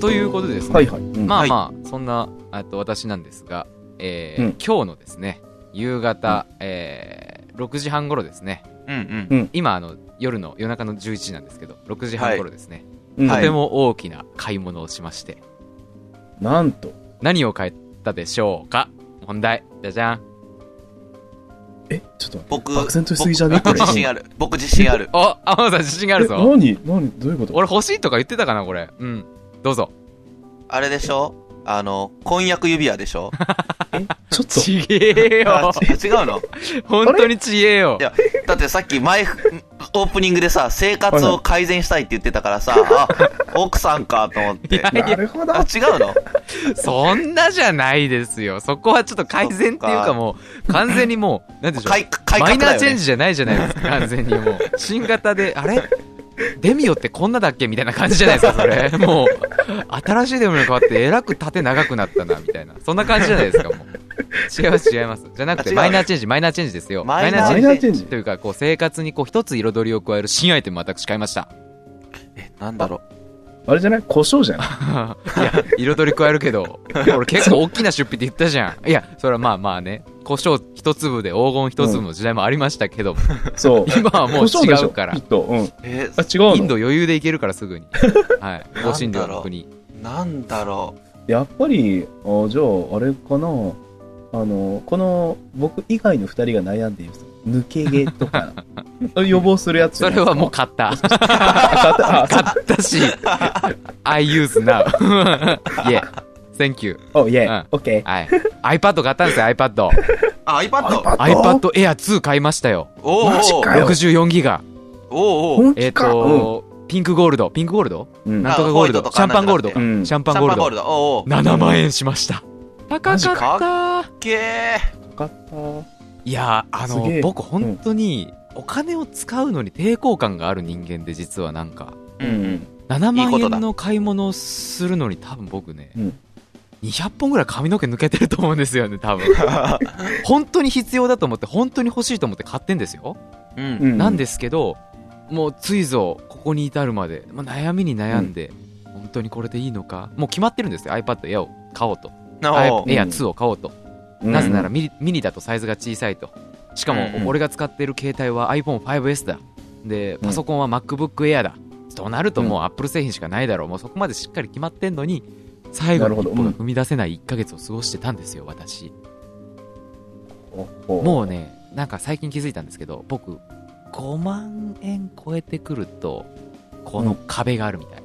ということでですね、はいはい。うんまあはいまあ、そんな、えっと、私なんですが、えーうん今日のですね、夕方、えー6時半頃ですね、うん今、あの、夜の、夜中の11時なんですけど、6時半頃ですね、うんはいとても大きな買い物をしまして、なんと、何を買ったでしょうか問題、じゃじゃん。え、ちょっと待って僕、漠然としすぎじゃね僕これ自信ある。僕自信ある。お、天野さん自信があるえ、ぞ。何何どういうこと俺欲しいとか言ってたかな、これ。うん。どうぞ。あれでしょあの、婚約指輪でしょえちょっと、ちげえ あよ。ち違うの本当にちげえよい。や、だってさっき前、オープニングでさ、生活を改善したいって言ってたからさ、あ、奥さんかと思って。なるほどあ、。違うのそんなじゃないですよ。そこはちょっと改善っていうそっかかもう、完全にもう、なんでしょ 改、う。改マイナ革だーよチェンね。ジじゃないじゃ ないですか。完全にもう。新型で、あれデミオってこんなだっけみたいな感じじゃないですか、それ。もう、新しいデミオに変わって、えらく縦長くなったな、みたいな。そんな感じじゃないですか、もう。違います、違います。じゃなくて、違うマイナーチェンジ、マイナーチェンジですよ。マイナマイナーチェンジと。いうか、こう、生活にこう、一つ彩りを加える新アイテムを私買いました。え、なんだろう。あれじゃない胡椒じゃ ないいや、彩り加えるけ ど、俺結構大きな出費って言ったじゃん。いや、それはまあまあね、胡椒一粒で黄金一粒の時代もありましたけ ど、そう。今はもう胡椒でし違ょうからきっ。と、うん。えあ、、違うインドの余裕で行けるからす ぐに。はい。香辛料の国。なんだろやっぱり、あじゃあ、あれかなあの、この、僕以外の二人が悩んでいる、抜け毛 とか、予防するやつじそゃないれですか。はもう買 った。あ、買ったし、I use now. yeah. Thank you. お、いえうん、オッケー。はい。iPad 買ったんですよ、iPad。う。あ、iPad? iPad Air 2買いましたよ。おーマジおかーよ64ギガ。おーおー本えっ気か。と、ピンクゴールド。ピンクゴールドうん、うんなんとかゴールあホワイトド。とシャかンパンゴールドなか。んシかねうんャンシパャンンゴーパルンゴールド。ド。おーおー。 7万円しました。高かった。けー。かった。いやー、あすげの、え僕本当に、お金を使うのに抵抗感がある人間で実はなんか、う。うんん。 7いい万ことだ円の買い物をするのに多分僕ねうん、 200本ぐらい髪の毛抜けてると思うんですよね、多分。 本当に必要だと思って、本当に欲しいと思って買ってんですよ。うん。うん。なんですけど、もうついぞここに至るまで、まあ、悩みに悩んで、本当にこれでいいのかもう決まってるんですよ iPad Air を買おうとお iPad ー Air2 を買おうと、うんなぜなら、ミリミニだとサイズが小さいとしかもうん俺が使ってる携帯は iPhone5S だでうんパソコンは MacBookAir だとなるともう Apple 製品しかないだろうもうそこまでしっかり決まってんのに最後の一歩が踏み出せない1ヶ月を過ごしてたんですよ私ももうね、なんか最近気づいたんですけど、僕、5万円超えてくると、この壁があるみたい。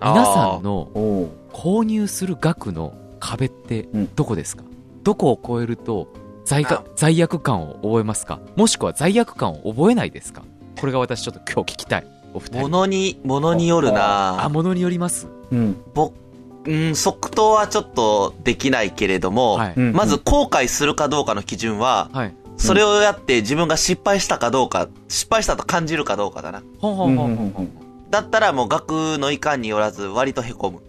あー皆さんのう、おう購入する額の壁ってうんどこですか、どこを超えると罪あか罪悪感を覚えますかもしくは罪悪感を覚えないですかこれが私ちょっと今日聞きたい。お二人。物に、物によるなあ、ものによります。うん。僕、うん、即答はちょっとできないけれども、はい。うんまず、後悔するかどうかの基準は、はい。それをやって自分が失敗したかどうか、失敗したと感じるかどうかだな。ほんほんほんほんほうんうんん。だったらもう額のいかんによらず割と凹む。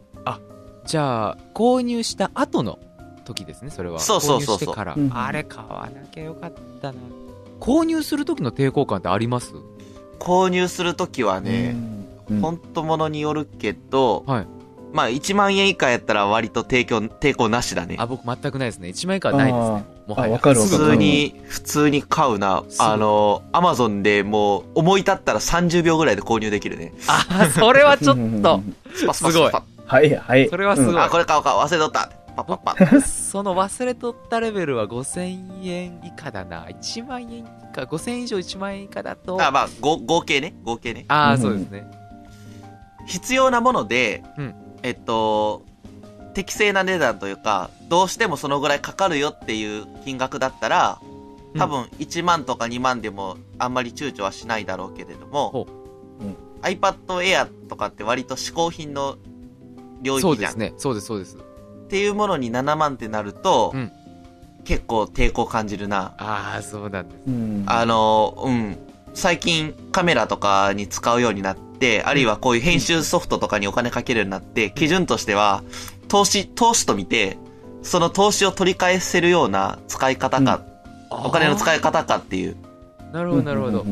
じゃあ、購入した後の時ですね、それは。そうそうそ購入うしてそうから、うんあれ買わなきゃよかったな。購入する時の抵抗感ってあります購入するときはね、うん、ほんとものによるけど、はいまあ1万円以下やったら割と提供、抵抗なしだねあ、。僕全くないですね。1枚以下はないですね。もはあや。わかるわ普かる通に、普通に買うな。すぐあの、アマゾンでもう思い立ったら30秒ぐらいで購入できるね。あ、それはちょっと。スパスパスパスパ。はいはい。それはすごいうんあ、これ買おうか、忘れとった。パッパッパッ。その忘れとったレベルは5000円以下だな。1万円以下、5000円以上1万円以下だと。あ、まあ、ご合計ね。合計ね。あうあ、んそうですね。必要なもので、うんえっと、適正な値段というか、どうしてもそのぐらいかかるよっていう金額だったら、多分1万とか2万でもあんまり躊躇はしないだろうけれどもほ、ううん iPad Air とかって割と嗜好品の領そう域じでゃん。すね。そうです、そうです。っていうものに7万ってなると、うん結構抵抗感じるな。ああ、そうなんです。うんあの、うん。最近カメラとかに使うようになって、あるいはこういう編集ソフトとかにお金かけるようになって、基準としては、投資、投資と見て、その投資を取り返せるような使い方か、お金の使い。い方かっていう。なるほど、なるほど。じゃ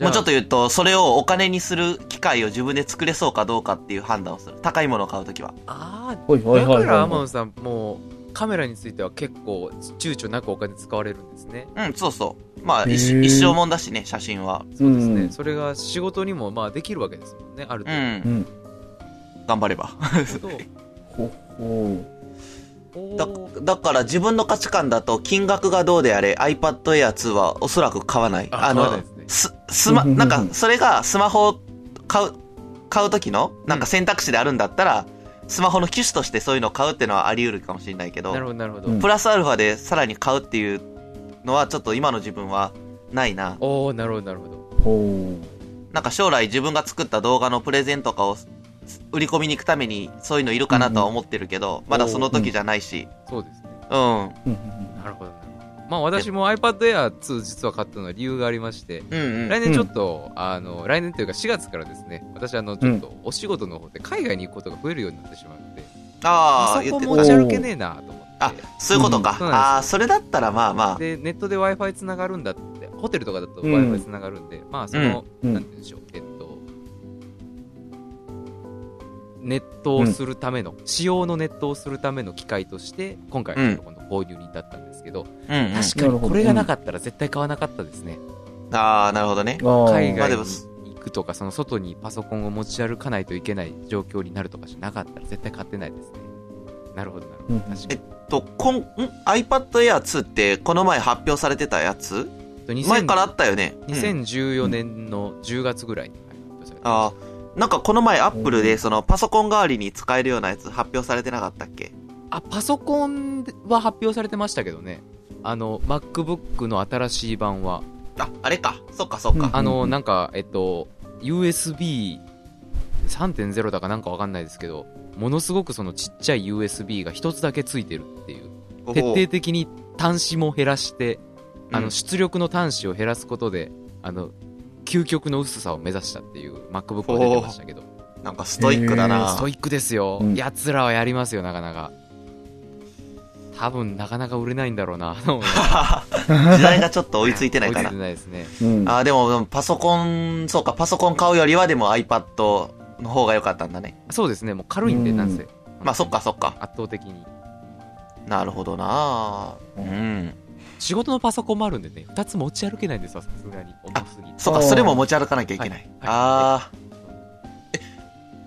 あもうちょっと言うと、それをお金にする機会を自分で作れそうかどうかっていう判断をする。高いものを買うときは。あおいあおいだおいおかいらお天い野さんもうカメラについては結構躊躇なくお金使われるんですねうん、そうそう。まあ、へ一ー一生もんだしね、写真は。そうですね、うんそれが仕事にもまあできるわけですもんねあるう程ん。頑張れば。度、ほほほだうだから自分の価値観だと金額がどうであれ iPad Air 2はおそらく買わない。あ買わないのですね、す、すま、うんうんうんなんかそれがスマホを買う、買う時のなんか選択肢であるんだったら、スマホの機種としてそういうのを買うっていうのはあり得るかもしれないけどなる、ほどなるほど、うんプラスアルファでさらに買うっていうのはちょっと今の自分はないな。おおなるほどなるほどうほなんか将来自分が作った動画のプレゼンとかを売り込みに行くためにそういうのいるかなとは思ってるけど、まだその時じゃないし。そうですねうん。うんう。なるほどなまあ私も iPadAir2 実は買ったのは理由がありましてうん。来年ちょっと、あの来年というか4月からですね私あのちょっとお仕事の方で海外に行くことが増えるようになってしまうので、ああ、そ言こって持たち。歩けねえなと思ってあ、そういうことか。うんああ、それだったらまあまあ。でネットで w i f i つながるんだってホテルとかだと w うん i f i つながるんで、まあその、うんなんて言うんでしょうえっとネットをするための、使用のネットをするための機械として今回うんのこの購入に至ったんですけど、うん、うん。確かなるにほどこれがなかったら絶対買わなかったですね、ああ、なるほどね。あー海まあ外でにも行くとかその外にパソコンを持ち歩かないといけない状況になるとかじゃなかったら絶対買ってないですねなるほどなるほうどん確かえと、こん、ん ?iPad Air 2ってこの前発表されてたやつに前からあ2000ったよね。うん2014年の10月ぐらいに発表されてましたああ、なんかこの前 Apple でそのパソコン代わりに使えるようなやつ発表されてなかったっけあパソコンは発表されてましたけどねあの MacBook の新しい版はあ、あれか。そっかそっうんか。あの、うなんかえっと USB3.0 だかなんかわかんないですけどものすごくそのちっちゃい USB が一つだけついてるっていうお徹ほ底的に端子も減らしてあうのん出力の端子を減らすことであの究極の薄さを目指したっていう MacBook が出てましたけどなんかストイックだへな。ーストイックですよ、うんやつらはやりますよなかなか多分なかなか売れないんだろうなと思います 時代がちょっと追いついてないか追なつい。てないですねうん。ああ、でも、でもパソコン、そうか、パソコン買うよりはでも iPad の方が良かったんだね。そうですねもう軽いんでうんなんせまあそっかそっか。圧倒的になるほどなうん。仕事のパソコンもあるんでね2つ持ち歩けないんですよさすがに重すぎてそうか、あーそれも持ち歩かなきゃいけない。はいああ。え、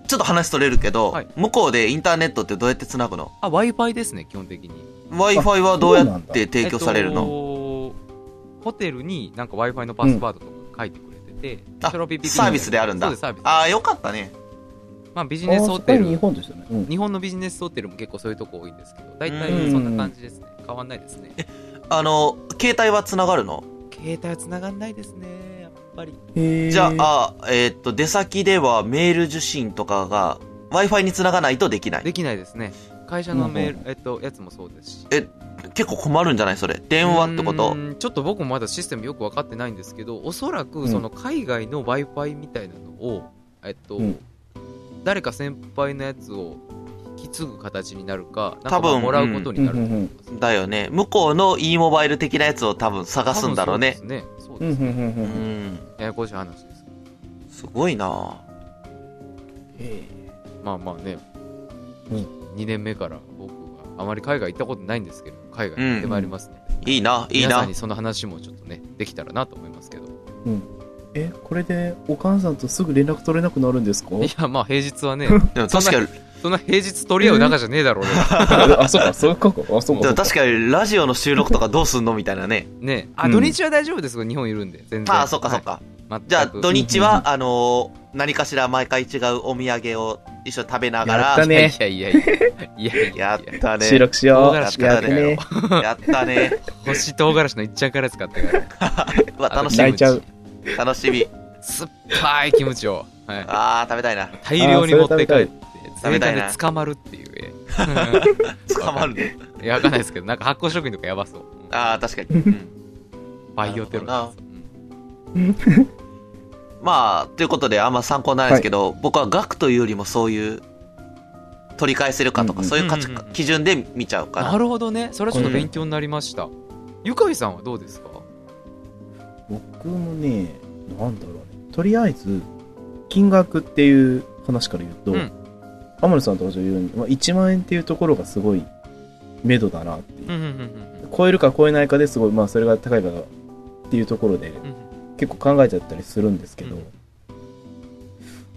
ちょっと話取れるけど、はい向こうでインターネットってどうやって繋ぐのあ w i f i ですね基本的に ?Wi-Fi はどうやって提供されるえっの、とホテルになんか w i f i のパスワードとか書いてくれてて、あそれをピッピッピッサービスであるんだそうですサービスああ、よかったね。まあビジあネースそホこテはル日本としてね。うん日本のビジネスホテルも結構そういうとこ多いんですけど大う体んそんな感じですね変わんないですねあの、携帯は繋がるの携帯は繋がんないですねやっぱりへーじゃあ、あーえーっと、出先ではメール受信とかが Wi-Fi に繋がないとできない。できないですね会社のメうんール、えっと、やつもそうですし結構困るんじゃないそれ。電話ってこうとーんちょっと僕もまだシステムよく分かってないんですけどおそらうくんその海外の w i f i みたいなのを、えっとうん誰か先輩のやつを引き継ぐ形になるかなんか多まあ分もらうことになると思います、だよね。向こうの e モバイル的なやつを多分探すんだろうね。多分そうですねそううでんうすんね、うんううんうんん。ややこしい話ですすごいなへまあまあね、うん2年目から僕はあまり海外行ったことないんですけど海外行ってまいりますので、いいな、いい皆さなんに。その話もちょっとねできたらなと思いますけどいえ。え、これでお母さんとすぐ連絡取れなくなるんですかやまあ平日はねでも確かに、そんな平日取り合う仲じゃねえだろうあ、そうか、そうか。あ、そうでかも。確かにラジオの収録とかどうすんのみたいなね。ねねあ、うん土日は大丈夫ですよ日本いるんで全然ああ、そっかそっか。はいじゃあ、全く土日うは、あのー何かしら毎回違うお土産を一緒に食べながやっらた、いやねいやいやいやいやいややっいやた収ね。録しよ唐辛う。子からやっだてよね。やったね。星唐辛子のいっちゃんから使ったからうわ、楽しあ泣といちゃう。み。楽しみ。酸っぱいキムチを、はい、ああ、食べたいな。大量に持って帰ってあーそれ食べ税たい関で捕まるっていうね捕まるね。いやわかんないですけどなんか発酵食品とかやばそううんああ、確かに。うんバイオテロなるほですまあ、ということで、あんま参考にならないですけど、僕は額というよりもそういう、取り返せるかとうか、んうんそういう価値うんうんうん基準で見ちゃううかんなな。るほどねそれはちょっと勉強になりました、ゆかいさんはどうですか僕もね、なんだろうね。とりあえず、金額っていう話から言うと、うん天野さんと同じように、まあ、1万円っていうところがすごい、目処だなっていううんうんうん超えるか超えないかですごい、まあ、それが高いかっていうところで、うんうん結構考えちゃったりするんですけど、うん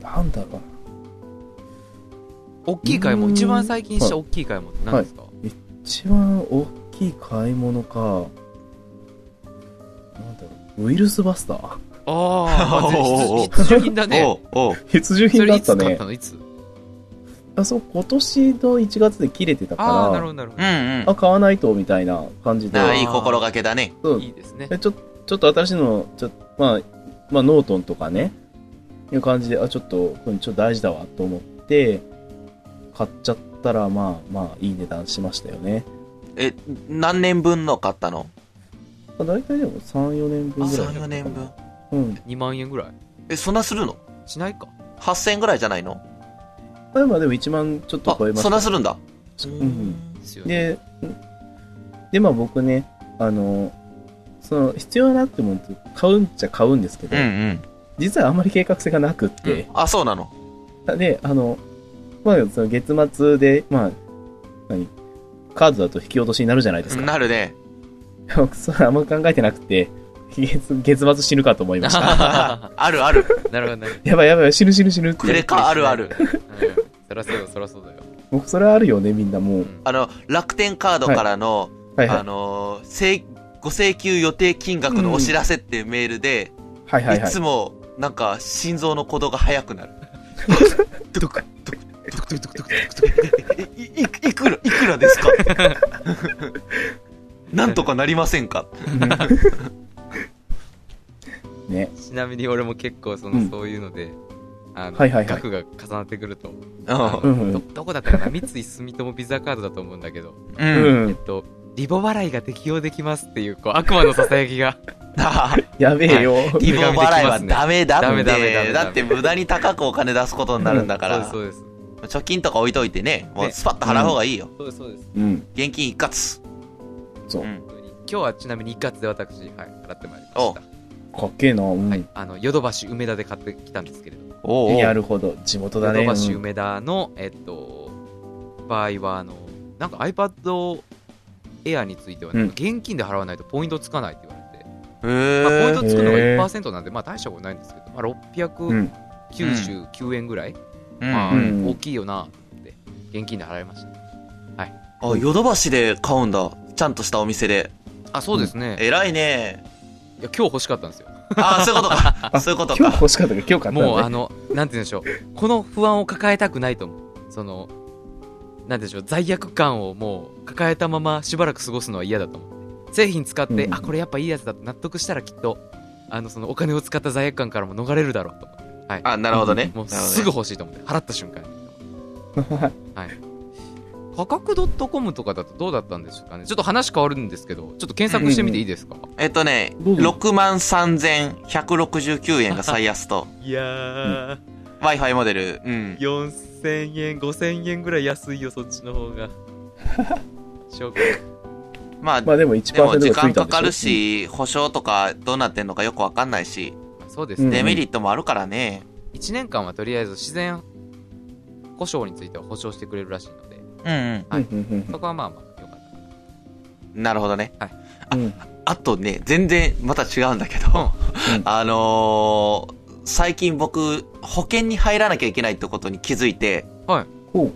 なんだろうな。大きい買い物うーん一番最近した大きい買い物って何ですか、一番大きい買い物か、なんだろう、ウイルスバスター ああおー必需品だおねうおう必需そ品だれいっつた買っねた。のいつあそう、今年の1月で切れてたから、ああなるほどなるほうんうんあ買わないとみたいな感じで、ああいい心がけだねそどういいですねでちょちょっと新しいの、ちょまあ、まあ、ノートンとかね、いう感じで、あ、ちょっと、うん、ちょっと大事だわと思って、買っちゃったら、まあ、まあ、いい値段しましたよね。え何年分の買ったのまあ、大体でも3、4年分ぐらい。 34年分うん。 2万円ぐらいえそんなするのしないか8000円ぐらいじゃないのまあ、まあでも1万ちょっとあ超えましそんた。なするんだんですよねで、うんで、まあ僕ね、あの、その、必要なってもんって買うんっちゃ買うんですけど、うんうん実はあんまり計画性がなくって、あそうなので、あの、まあ、その月末で、まあ、何カードだと引き落としになるじゃないですか。なるね僕、それあんま考えてなくて、月、月末死ぬかと思いました。あるある なるほどねやばいやばい、死ぬ死ぬ死ぬっクて。レカあるあるうんそりゃそうよそりゃそうだよ僕、それはあるよね、みんなもう。あの楽天カードからの、はいはあい。のー請ご請求予定金額のお知らせっていうメールで、はいはいいはいつ。もなんか心臓の鼓動が速くなる。ドクドクドクドクドクドクドクいいいくらいく らですかなんとかなりませんかうんね。ちなみに俺も結構その、うんそういうので、あの、はいはいはい額が重なってくると、うんうんうんど、どこだったかな三井住友ビザカードだと思うんだけど、う。うん えっん。と、リボ払いが適用できますっていう、こう、悪魔のささやきが、やべえよ。 リボ払いはダメだダっメダメて、ダメダメだって無駄に高くお金出すことになるんだから、 そうです、貯金とか置いといてね、もうねスパッと払う方がいいよ。そうです。そうです、うん。現金一括。そうう。ん。そうです。今日はちなみに一括で私、はい、払ってまいりました。かっけえな。うん。はい、あの、ヨドバシ梅田で買ってきたんですけれども、おうおうなるほど。地元だヨね。ドうバシん梅田の、えっと、場合は、あの、なんか iPad Air については、うん現金で払わないとポイントつかないって言われて、へまあ、ポインートつくのがへー1%なんで、まあ大したことないんですけど、まあ600、うん。 99円ぐらい、うんまあ、うん大きいよなって現金で払いましたねあ、ヨドバシで買うんだ。ちゃんとしたお店で。あそうですね、いや偉いね。今日欲しかったんですよああ、そういうこと か。あそういうこと今日か。欲しかったけど、今日買ったんだねもうあのなんて言うんでしょうこの不安を抱えたくないと思うそのなんて言うんでしょう罪悪感をもう抱えたまましばらく過ごすのは嫌だと思う製品使って、うんあこれやっぱいいやつだって納得したらきっとあのそのお金を使った罪悪感からも逃れるだろうと思って、はい、あ、なるほどね。もうなるほどねすぐ欲しいと思って払った瞬 間に価格 .com とかだとどうだったんでしょうかねちょっと話変わるんですけどちょっと検索してみていいですか、えっとね、どうぞ6万3169円が最安と、いやー、 Wi-Fi モデル。うん。 4000円、5000円ぐらい安いよ、そっちの方 が。証拠まあ、まあででも1%もがつ時いたん間でしょかかる、し、保証とかどうなってんのかよくわかんないし、まあそうですね、デメリットもあるからね。 1年間はとりあえず自然故障については保証してくれるらしいので、うんうんうんうんそこはまあまあ、よかった。うん。なるほどね。うんあとね、全然また違うんだけど、 あのー、最近僕、保険に入らなきゃいけないってことに気づいて、ほう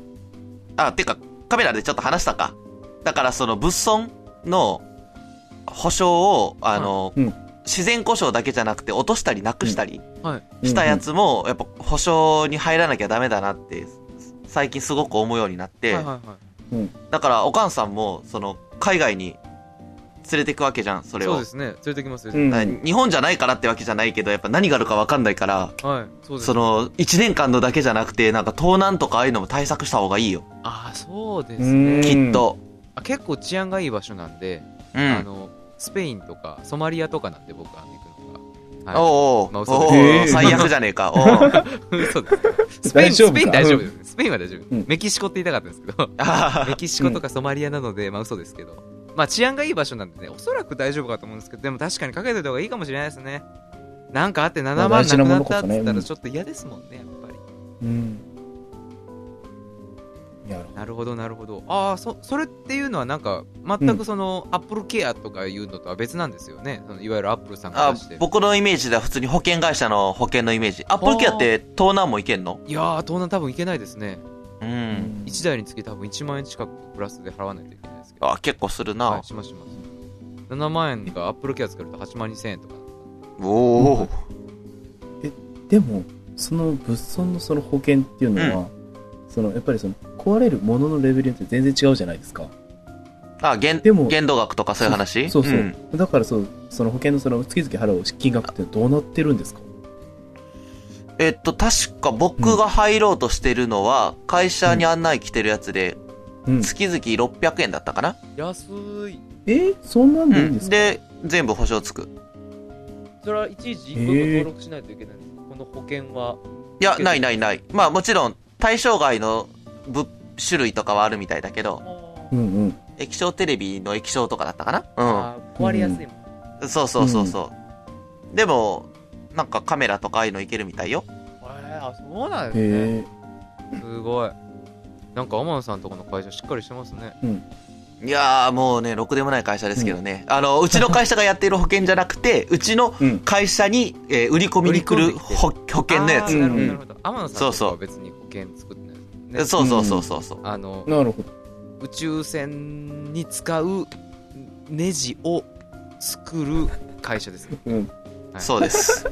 あ、てか、カメラでちょっと話したか。だから、その、物損の保証を、あの、うん自然故障だけじゃなくて、落としたりなくしたりしたやうんつも、やっぱ保証に入らなきゃダメだなって、最近すごく思うようになって、はいはいはい。だから、おかんさんも、その、海外に連れてくわけじゃん、それそうをで。すね、連れてきますよ。うんだから日本じゃないからってわけじゃないけど、やっぱ何があるかわかんないから、はい、そうです。その、1年間のだけじゃなくて、なんか盗難とかああいうのも対策した方がいいよ、ああ、そうでうすんね。きっと。あ結構治安がいい場所なんで、うん。あの、スペインとかソマリアとかなんで僕は行くのが。はい、おうおう、まあ嘘だおうへおうえ 最悪じゃねえか。おう そうです。スペイン、大ス丈夫かペイン大丈夫です。スペインは大丈夫。うんメキシコって言いたかったんですけど、 あメキシコとかソマリアなので、まあ嘘ですけど。まあ治安がいい場所なんでね、おそらく大丈夫かと思うんですけど、でも確かにかけておいた方がいいかもしれないですね。なんかあって7まあ万な大事くななものっこたっそねつったうらんちょっと嫌ですもんねやっぱりうん。いや、なるほどなるほどああそそれっていうのはなんか全くその、アップルケアとかいうのとは別なんですよねそのいわゆるアップルさんがあ出してる僕のイメージでは普通に保険会社の保険のイメージアップルケアって盗難もいけんのいやー東南多分いけないですねうん、うん1台につき多分1万円近くプラスで払わないといけないですけどあ結構するな、はいしますします7万円がアップルケア使うと8万2000円とかおお、でも、その物損のその保険っていうのは、そのやっぱりその壊れるもののレベルによって全然違うじゃないですか。あ限でも限度額とかそういう話そうそう。んだからそう、その保険のその月々払う金額ってどうなってるんですかえっと確か僕が入ろうとしてるのは会社に案内来てるやつでうん。月々600円だったかな、安いえーそんなんうでいいんんですか、で全部保証つくそれはいちいち個一個登録しないといけないんです、この保険はいやないないないまあもちろん対象外の物種類とかはあるみたいだけどうんうん。液晶テレビの液晶とかだったかな壊れやすいもん、うんそうそうそうそう、でもなんかカメラとかああいうのいけるみたいよあそうなんですね、へえ。すごいなんか天野さんとこの会社しっかりしてますねいやーもうねろくでもない会社ですけどね、あのうちの会社がやっている保険じゃなくてうちのうん。会社に、えー売り込みに来売るり込んできてる保保険のやあつーなるほどうんなるほど天野さんそとうかそうは別に保険作ってないですもんねそうそうそうそうそう。あのなるほど。宇宙船に使うネジを作る会社 ですねうん。はいそうです。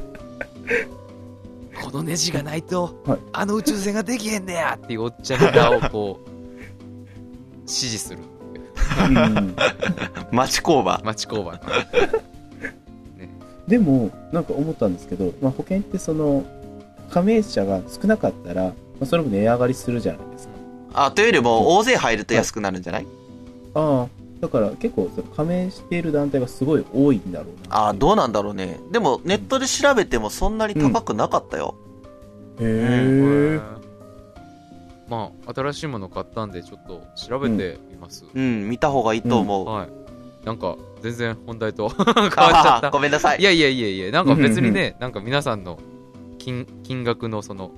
このネジがないと、はいあの宇宙船ができへんねやっていうおっちゃんらをこう指示するうん 町工場。町工場のでも、なんか思ったんですけど、まあ、保険ってその、加盟者が少なかったら、まあ、それも値上がりするじゃないですか。あ、というよりも、大勢入ると安くなるんじゃないああ、だから結構その加盟している団体がすごい多いんだろうな。あ、どうなんだろうね。でも、ネットで調べてもそんなに高くなかったよ。へへえ。ーまあ新しいもの買ったんでちょっと調べてみます、うん、見た方がいいと思う。 はいなんか全然本題と変わっちゃっあたごめんなさい。いやいやいやいやなんか別にね、なんか皆さんの金金額のその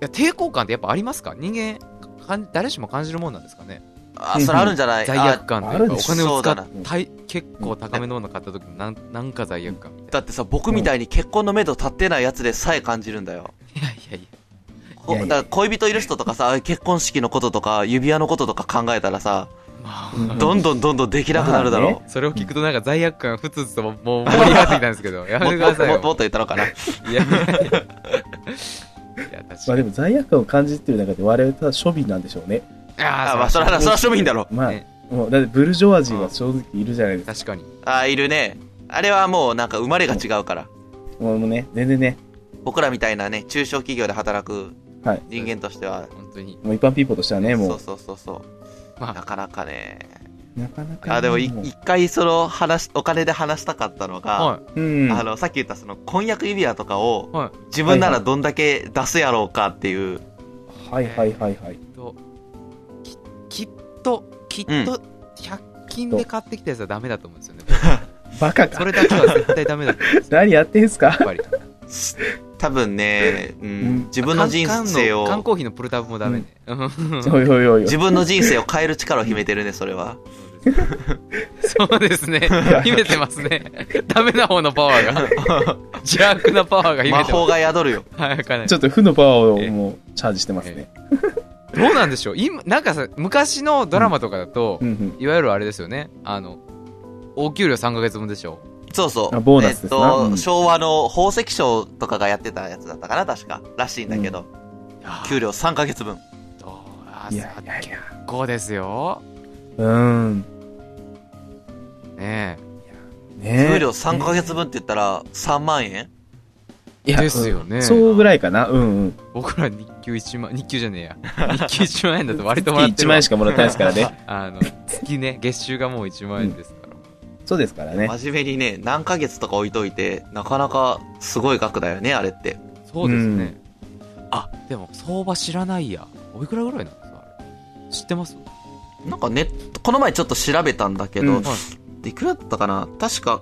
いや抵抗感ってやっぱありますか人間かん誰しも感じるもんなんですかねあ、それあるんじゃない罪あ悪感とあいうるかおでしょ金を使そうだっなたい結構高めのもの買った時のなんなんか罪悪感みただいってさ、僕みたいに結婚の目処立ってないやつでさえ感じるんだよ。ないやいやいやこいやいやだから恋人いる人とかさ、 結婚式のこととか、指輪のこととか考えたらさ、まあ、うんどんどんどんどんできなくなるだろう。まあねそれを聞くとなんか罪悪感ふつふつとも もう盛り上がってきたんですけどやめてくださいもよっともっと言ったのかな。いやいや いやいや確まかあでにも罪悪感を感じてる中で我々は庶民なんでしょうね。ああ、あまあ、それは、それは庶民だろう。まあ、ねもうだってブルジョワジーは正直いるじゃないですか。確かにあ、いるね。あれはもうなんか生まれが違うから。もうね、全然ね、僕らみたいなね、中小企業で働くはい人間としては、本当にもう一般ピーポーとしてはね、そもうそうそうそう、まなあかなかね。う、なかなかね。あ、でもいもう一回その話、お金で話したかったのが、はいうん。あの、さっき言ったその婚約指輪とかを、はい自分ならどんだけ出すやろうかっていう、はいはいはいはい。とききっときっとうん100均で買ってきたやつはダメだと思うんですよね バカそか。れだけは絶対ダメだと思うんですよ何やってんすやかっぱり多分ね、うんうん自分の人生缶缶の缶を、コーヒーのプルタブもダメね、うん おいおいおいおい自。分の人生を変える力を秘めてるね、それは。そうです ね。秘めてますね。ダメな方のパワーが。邪悪なパワーが秘魔めて法まが宿るよ。す。はい、かなりちょっと負のパワーをもうチャージしてますね。どうなんでしょう今、なんかさ、昔のドラマとかだとう、んうん。いわゆるあれですよね。あの、お給料3ヶ月分でしょそうそう。あボーナスですなえっうと、ん昭和の宝石商とかがやってたやつだったかな、確か。らしいんだけど、給料3ヶ月分。どうあいー、やいやいや。結構ですよ。うん。ねね給料3ヶ月分って言ったら3万円いやですよねうんそうぐらいかな。うんうん。え。僕ら日給1万、日給じゃねえや。日給1万円だと割ともらって 月るわ1万円しかもらってないですからね。あの、月ね、月収がもう1万円ですから。 そうですからね。真面目にね、何ヶ月とか置いといて、なかなかすごい額だよね、あれって。そうですね、あでも相場知らないやおいくらぐらいなんですかあれ知ってますなんかネット、この前ちょっと調べたんだけど、うんはいいくらだったかな確か、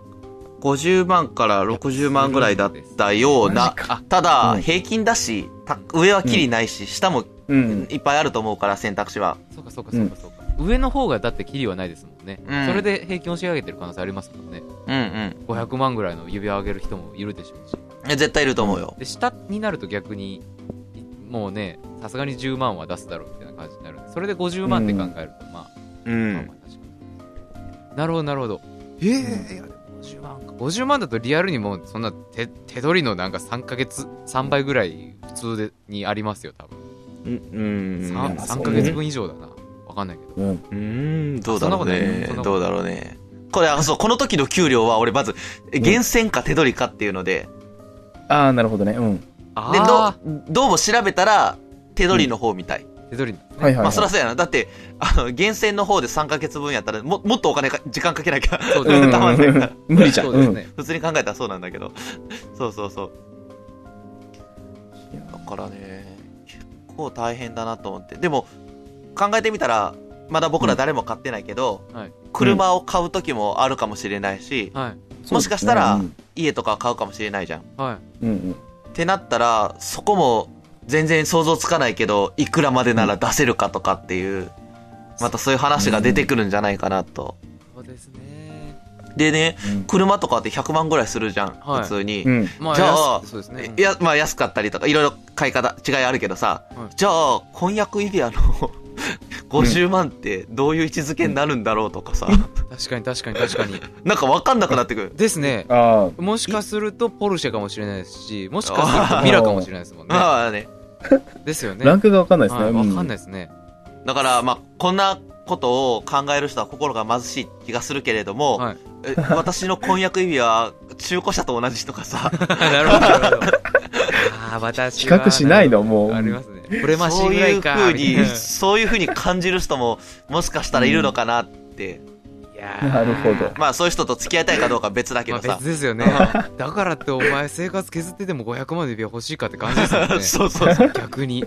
50万から60万ぐらいだったようマなジ。かただう、ん平均だし、た上はきりないし、下もうん。いっぱいあると思うから、選択肢は。そうかそうかそうかそうか、上の方がだってキリはないですもんね、うんそれで平均押し上げてる可能性ありますもんねうんうん。 500万ぐらいの指輪上げる人もいるでしょうしえ絶対いると思うよ。で下になると逆にいもうねさすがに10万は出すだろうみたいな感じになるんでそれで50万って考えると、まあうまあまん。あ確かになるほどなるほどええいやでも50万か50万だとリアルにもうそんな手手取りのなんか3ヶ月3倍ぐらい普通でにありますよ多分うん。うんい 3, やヶ月分以上だなわかんないけどうん。うーん、どうそだろうんなことないねそんな。ことどうだろうね。これ、あそう、この時の給料は、俺まず、厳選か手取りかっていうので、ああ、なるほどね。うん。あで、どあう、どうも調べたら、手取りの方みたい。手取りなんですね、はいはい、まはあ、いそりゃそうやな。だって、あの、厳選の方で3ヶ月分やったら、も、もっとお金か、時間かけなきゃ、そうですうねんたまんないから。無理じゃん。そうですね、普通に考えたらそうなんだけど。そうそうそう。うんいやだからね、結構大変だなと思って。でも、考えてみたら、まだ僕ら誰も買ってないけど、はい車を買う時もあるかもしれないし、はいもしかしたそらうですね家とか買うかもしれないじゃん。っはいうんうんてなったら、そこも全然想像つかないけど、いくらまでなら出せるかとかっていう、またそういう話が出てくるんじゃないかなと。そうですねでね、車とかって100万ぐらいするじゃん、はい普通に。うん。うん。まあじゃあ安そうですねえいや、まあ安かったりとか、いろいろ買い方、違いあるけどさ、はいじゃあ、婚約指輪の 50万ってどういう位置づけになるんだろうとかさ、確かに確かに確かになんかわかんなくなってくる。ですねああ。もしかするとポルシェかもしれないですしもしかするとミラかもしれないですもんねまあね。ですよねランクがわかんないですね。はいわかんい。ないですねだから、まあ、こんなことを考える人は心が貧しい気がするけれども、はいえ私の婚約指輪は中古車と同じと かさ、なるほどなるほどああ私比は較しないの、もう。ありますねプレマシーそうぐらいいうか風にみ、たいそういう風に感じる人ももしかしたらいるのかなって。ないやーなるほど。まあそういう人と付き合いたいかどうかは別だけまあどさ別。ですよねだからってお前生活削ってでも500万で指輪欲しいかって感じですもんね そうそうそう。逆に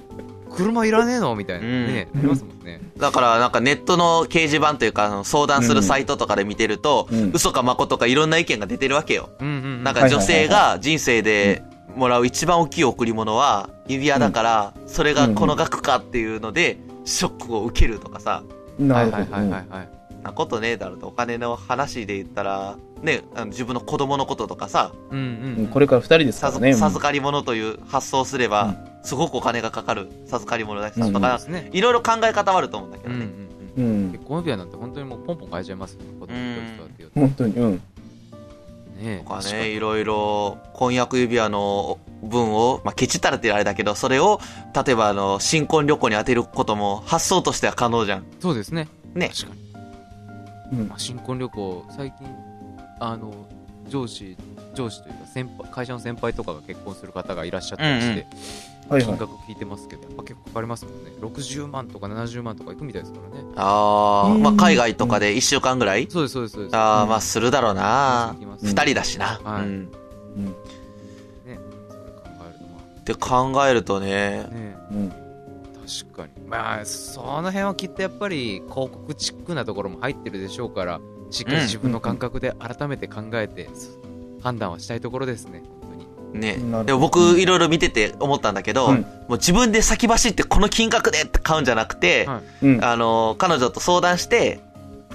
車いらねえのみたいなねうんなりますもんねだからなんかネットの掲示板というか、あの相談するサイトとかで見てると、うん嘘か誠かいろんな意見が出てるわけよ。うんうんうんなんか女性が人生でもらう一番大きい贈り物は指輪だから、それがこの額かっていうので、ショックを受けるとかさ、はないるはいほはど。ういんはいはいなことねえだろうと、お金の話で言ったら、ね、あの自分の子供のこととかさ、うんうんううんんこれから二人ですか授らね。授かり物という発想をすれば、すごくお金がかかる授かり物だしさ、うんそとうかですねいろいろ考え方はあると思うんだけうどんうんうね。んうん。結婚指輪なんて本当にもうポンポン変えちゃいますよね。こっちとっていうと本当に。うん。ね確とかかね、にいろいろ婚約指輪の分を、まあ、ケチったらって言うあれだけど、それを、例えばあの、新婚旅行に当てることも発想としては可能じゃん。そうですね。ね確かに。うんまあ、新婚旅行、最近、あの、上司、上司というか先輩、会社の先輩とかが結婚する方がいらっしゃったりして、はいは金い。額聞いてますけど、やっぱ結構かかりますもんね。60万とか70万とかいくみたいですからね。ああ、うんまあ、海外とかで1週間ぐらい、そうです、そうです、そうです。ああ、うんまあ、するだろうな行。きます二、人だしな。はいううん。んそれ考えると、まって考えるとねあ、ね、うん。確かに。まあ、その辺はきっとやっぱり広告チックなところも入ってるでしょうから、しっかり自分の感覚で改めて考えて、判断はしたいところですね、本当に。ねなるほ。どでも僕、いろいろ見てて思ったんだけど、うんもう自分で先走ってこの金額でって買うんじゃなくて、はいうん。あの、彼女と相談して、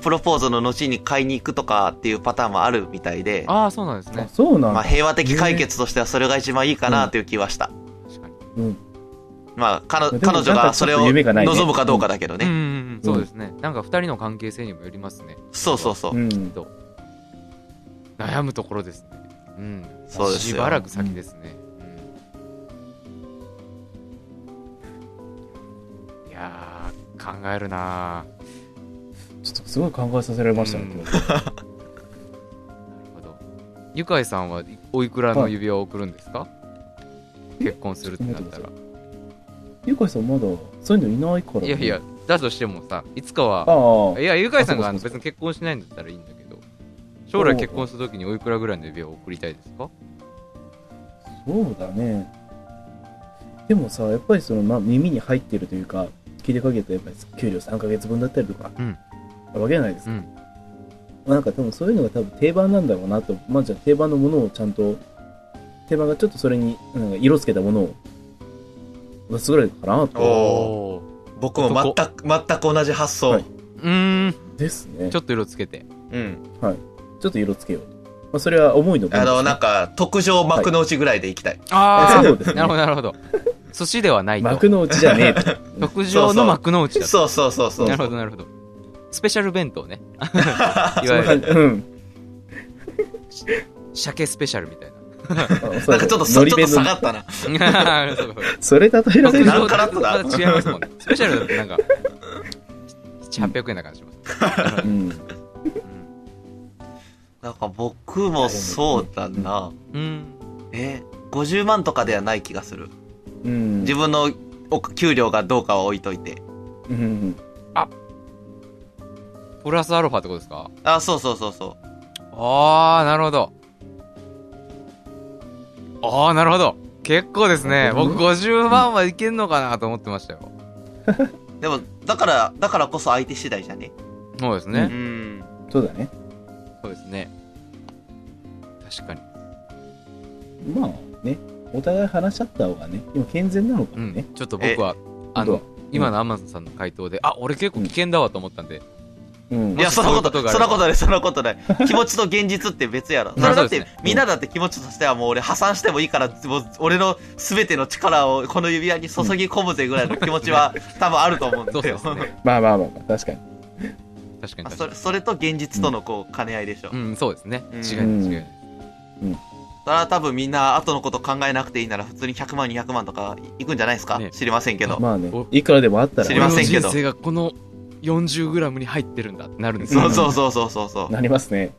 プロポーズの後に買いに行くとかっていうパターンもあるみたいで、ああ、そうなんですあね。そうなんまあだ。平和的解決としてはそれが一番いいかなという気はした。確かに。うん。まあ、彼でも彼女なんがかそれちょっをと夢がないね望むかどうかだけどうんうね。んうん、そうですね。なんか二人の関係性にもよりますね。そうそうそうう。ん。悩むところですね。うん。そうですよしばらく先ですね。うん。いやー、考えるなーちょっとすごい考えさせられましたね、 今日。なるほど。ゆかいさんはおいくらの指輪を贈るんですか結婚するってなったら。ゆかいさんまだ、そういうのいないから。いやいや。、だとしてもさ、いつかあは、あ。いや、ゆかいさんがああのそう別かそうかに結婚しないんだったらいいんだけど、将来結婚するときにおいくらぐらいの指輪を贈りたいですかそうだね。でもさ、やっぱりその、まあ、耳に入ってるというか、聞いてかけて、やっぱり給料3ヶ月分だったりとか、うんあるわけじゃないですうか。ん。まあなんか多分そういうのが多分定番なんだろうなと、まあじゃあ定番のものをちゃんと、定番がちょっとそれになんか色つけたものを出すぐらいかなおと。お僕も全く、全く同じ発想。はいうーんですね。ちちょょっと色つけてうん。っと色つけようと。まあそれは思いの分あですねの、なんか、特上幕の内ぐらいでいきたい。ああ、そうですねなるほどなるほど寿司ではないと幕の内じゃ ねえと。特上の幕の内だとそうそうそうそう。なるほどなるほどスペシャル弁当 ねいそんわなゆ感るじうん。鮭スペシャルみたいななんかちょっと、ちょっと下がったな。なそうそうそれ例えられ特るな上んかだラットとだまた違います もんねスペシャルだとなんか700800円な感じしますうん。うんなんか僕もそうだな。うんえ、50万とかではない気がする。うん。自分のお給料がどうかは置いといて。うん。プラスアルファってことですかあ、そうそうそうそう。ああなるほどああなるほど結構ですね僕50万はいけんのかなと思ってましたよでも、だから、だからこそ相手次第じゃね。そうですうねん。そうだね。そうですね確かにまあね、お互い話し合った方がね、今健全なのかうもねん。ちょっと僕はあ本の今のアマンさんの回答であ俺結構危険だわと思ったんで当はうんいや、そんなこと、もしそういうことがあそんればなことない、そんなことない。気持ちと現実って別やろ。そまあれだっそうてです、みんなだって気持ちとしてはもう俺破産してもいいから、もう俺の全ての力をこの指輪に注ぎ込むぜぐらいの気持ちは多分あると思うんそうだでよ。すねまあまあまあまあ、確かに。確かにあ確 そかれそれと現実とのこう兼ね合いでしょ、にうんそうですね違うんいます違いますそれは多分みんな後のこと考えなくていいなら普通に100万200万とかいくんじゃないですか、ね知りませんけど、まあねお、いくらでもあった知りまらせんけど俺の人生がこの 40g に入ってるんだってなるんですよそうそうそうそうそうそういなりますね。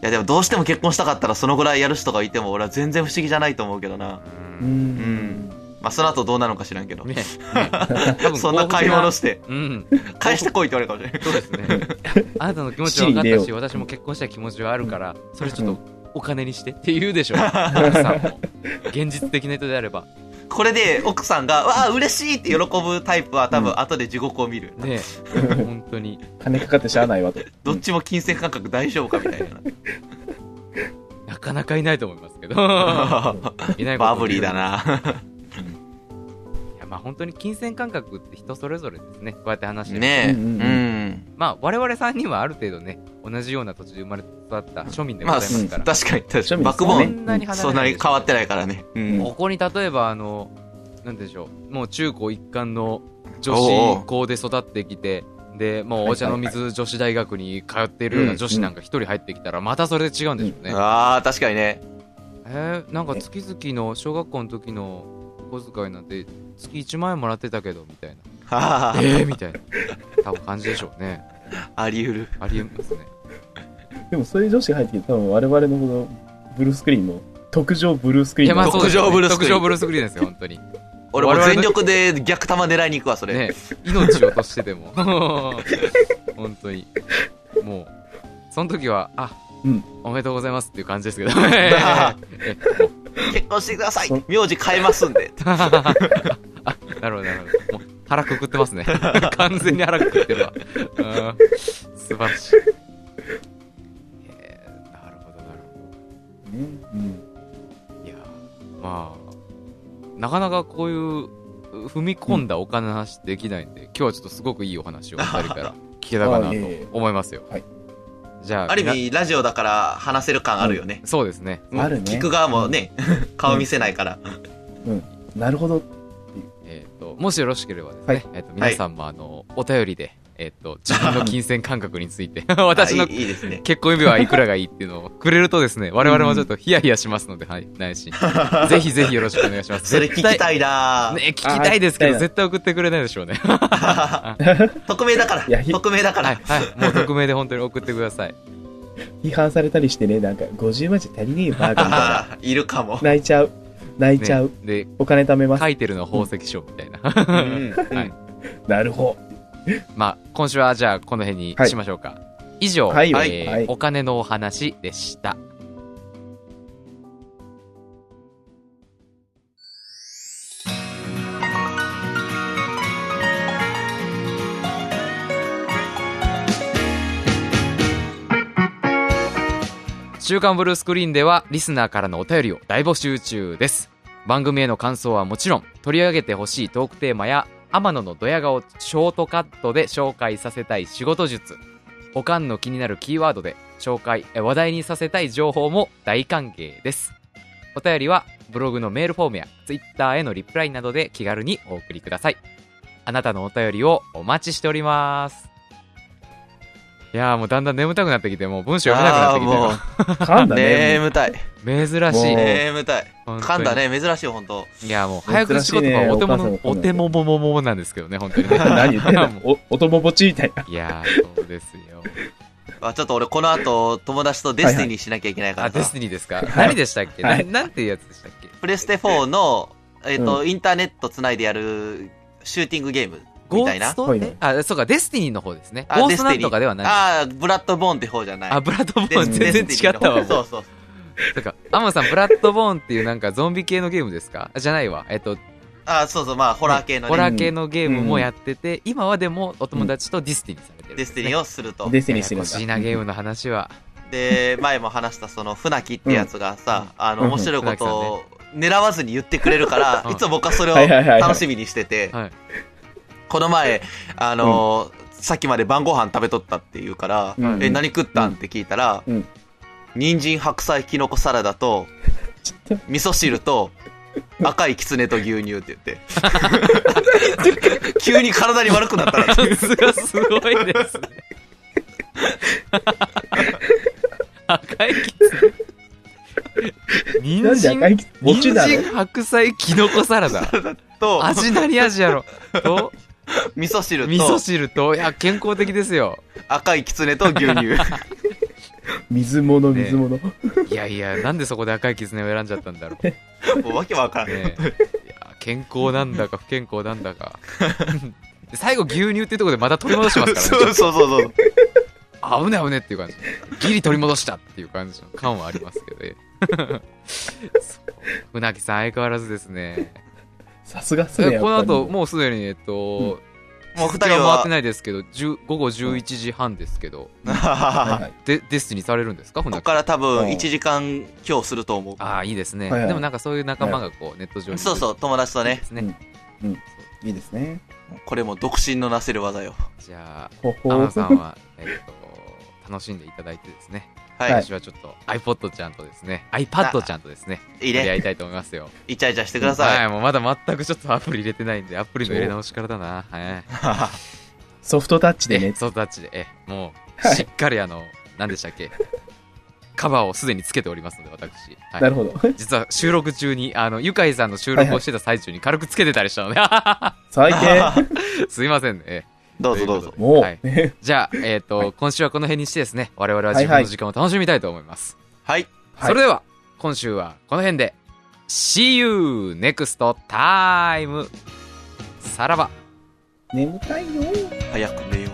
やでもどうしても結婚したかったらそのぐらいやる人がいても俺は全然不思議じゃないと思うけどなううんん。まあその後どうなるのか知らんけど、ねね 多分そんな買い物幸して福なうん返してこいって言われるかもしれないそうです ね。あなたの気持ちは分かったし、私も結婚したい気持ちはあるから、それちょっとお金にしてって言う でしょ、奥さんも。現実的な人であれば。これで奥さんが、わあ、嬉しいって喜ぶタイプは多分後で地獄を見る。ねえ、本当に。金かかってしゃあないわと。どっちも金銭感覚大丈夫かみたいな。なかなかいないと思います けど。いないことバブリーだ。な。いや、まあ本当に金銭感覚って人それぞれですね。こうやって話してると。ねえ。ううんうんうんん。まあ我々3人はある程度ね、同じような土地で生まれ育った庶民でごまざいあ、ま確すかから。に確かに。ねバックボそーんン、なに離れそんなに変わってないでしょ。ないからね。うん。ここに例えばあの、なんて言うんでしょう、もう中高一貫の女おうおう子校で育ってきて、で、もうお茶の水女子大学に通っているような女子なんか一人入ってきたら、またそれで違うんでしょうね。ああ、確かにね。えー、なんか月々の小学校の時のお小遣いなんて月1万円もらってたけど、みたいな。あーえー、みたいな。多分感じでしょうね。あり得る。ありえ ますね。でもそういう女子が入ってきて、多分我々のこのブルースクリーンも、特上ブルースクリーンまのあそうですね特上ブルースクリーン特上ブルースクリーンですよ、本当に。俺もう全力で逆玉狙いに行くわ、それ。 ね、命を落としてでも 本当にもうその時はあ、うんおめでとうございますっていう感じですけど あえ結婚してくださいそう名字変えますんで。あなるほどなるほどもう腹くくってますね 完全に腹くくってるわうん素晴らしいえーなるほどなるね。ほどいやーまあなかなかこういう踏み込んだお金の話できないんで、今日はちょっとすごくいいお話をお二人から聞けたかなと思いますよあいえいじゃあ、ある意味、ラジオだから話せる感あるよね。そうですね。うんあるね聞く。側もね、顔見せないから。なるほど。えっ、と、もしよろしければですね、はいえっ、と、皆さんもあの、お便りで、えっ、と、自分の金銭感覚について、 私のあいいいいですね。結婚指輪はいくらがいいっていうのをくれるとですね、我々もちょっとヒヤヒヤしますので、はい、ない し、ぜひぜひよろしくお願いします。それ聞き絶対たいなぁ、ね、聞きたいですけあど、ー絶対送ってくれないでしょうね。は匿名だかいやら。ひ匿名だかい、ら。はい。もう匿名で本当に送ってくだ さい。批判されたりしてね、なんか、50万じゃ足りねえよ、バーガーみたいな。あーいるかも。泣いちゃう。泣いちゃう。ねで、お金貯めます書。いてるのは宝石商みたいな。うんはい。なるほまあ、今週はじゃあこの辺にしましょうか。以上、はいえはいーはいお金のお話でした。週刊ブルースクリーンではリスナーからのお便りを大募集中です。番組への感想はもちろん、取り上げてほしいトークテーマや、天野のドヤ顔ショートカットで紹介させたい仕事術、おかんの気になるキーワードで紹介、え話題にさせたい情報も大歓迎です。お便りはブログのメールフォームやツイッターへのリプライなどで気軽にお送りください。あなたのお便りをお待ちしております。いやーもうだんだん眠たくなってきて、もう文章読めなくなってあきてあ、もう、噛んだね。眠たい。珍しい。もう眠たい。本当に噛んだ。ね、珍しいよ、本当いや、もう珍しいね早口言葉はお手もの、お母さんわかんないお手もももももなんですけどね、本 当にね。 何言ってんものお、おともぼちみたいな。ういやー、そうですよ。あ、ちょっと俺この後、友達とデスティニーしなきゃいけないあ、からさ。デスティニーですか何でしたっけなはいなんていうやつでしたっけプレステ4の、えっ、と、インターネット繋いでやるシューティングゲームみゴたいーなス。トはいえあ、そうか、デスティニーの方ですね。あゴーストなデスティニんーとかではない。ああ、ブラッドボーンって方じゃない。あ、ブラッドボーンデス全然違ったわ、デスティニーの方もそうう。そう。てか、アマさん、ブラッドボーンっていうなんかゾンビ系のゲームですかあじゃないわ。えっと、あそうそう、まあ、ホラー系のホね、ラー系のゲームもやってて、今はでもお友達とディスティニーされてるんデでスすテね。ィニーをすると。デスティややニーしてこるんだ。しいなゲームの話は。で、前も話したその、船木ってやつがさ、あの、うん面白いことを狙わずに言ってくれるから、うんいつも僕はそれをはいはいはいはい楽しみにしてて、はい。この前、あのーさっきまで晩ご飯食べとったって言うから、うんえ、何食ったんって聞いたら、うん人参白菜きのこサラダと、ちょっ味噌汁と、赤いきつねと牛乳って言って。 急に体に悪くなったら、水がすごいですね。赤いきつね。と、人なんで赤参、いぼち人だろ参、白菜、きのこサラ ダ。と、味なり味やろ。と、味噌汁味と噌、汁と、いや、健康的ですよ。赤いきつねと牛 乳。水物、水物。いやいや、なんでそこで赤いきつねを選んじゃったんだろう。ねもうわけわからん。いや、健康なんだか不健康なんだ か。最後牛乳っていうところでまた取り戻しますからそねうそうそうそう。あ危ね危ねっていう感じ。ギリ取り戻したっていう感じの感はありますけどね。 そう船木さん相変わらずですね。さすがっすこね。の後、う。もうすでに、えっと、もう日二付が人 回っては、ないですけど、10午後11時半ですけど、はいはい。でデスティにされるんですか、こ船こ木さかん。ら多うん分1時間今日すると思ああ、いいですね。はいはいでもなんかそういう仲間がこう、ネット上う。に。そうそう、友達とうね。ねで。すね。いいですね。これも独身のなせる技よ。じゃほあ、アほマさんは、えっと、楽しんでいただいてですね。ははいい。私はちょっと iPod ちゃんとですね、iPad ちゃんとですね、いいやり合ね。いたいと思いますよ。イチャイチャしてくだはさい、もうまだ全くちょっとアプリ入れてないんで、アプリの入れ直しからだな。はい。い。ソフトタッチでね。ソフトタッチで、え、もう、はいしっかりあの、何でしたっけ。カバーをすでにつけておりますので、私。は。ないるほど。 実は収録中に、あの、ゆかいさんの収録をしてた最中に軽くつけてたりしたので、 最 低。すいませんね。えどうぞどうというぞこ。も、はいうねじゃあ、えっ、と、今週はこの辺にしてですね、我々ははい自分の時間を楽しみたいと思います。はい。はいそれでは、今週はこの辺で、See you next time! さらば。眠たいよ。早く寝よう。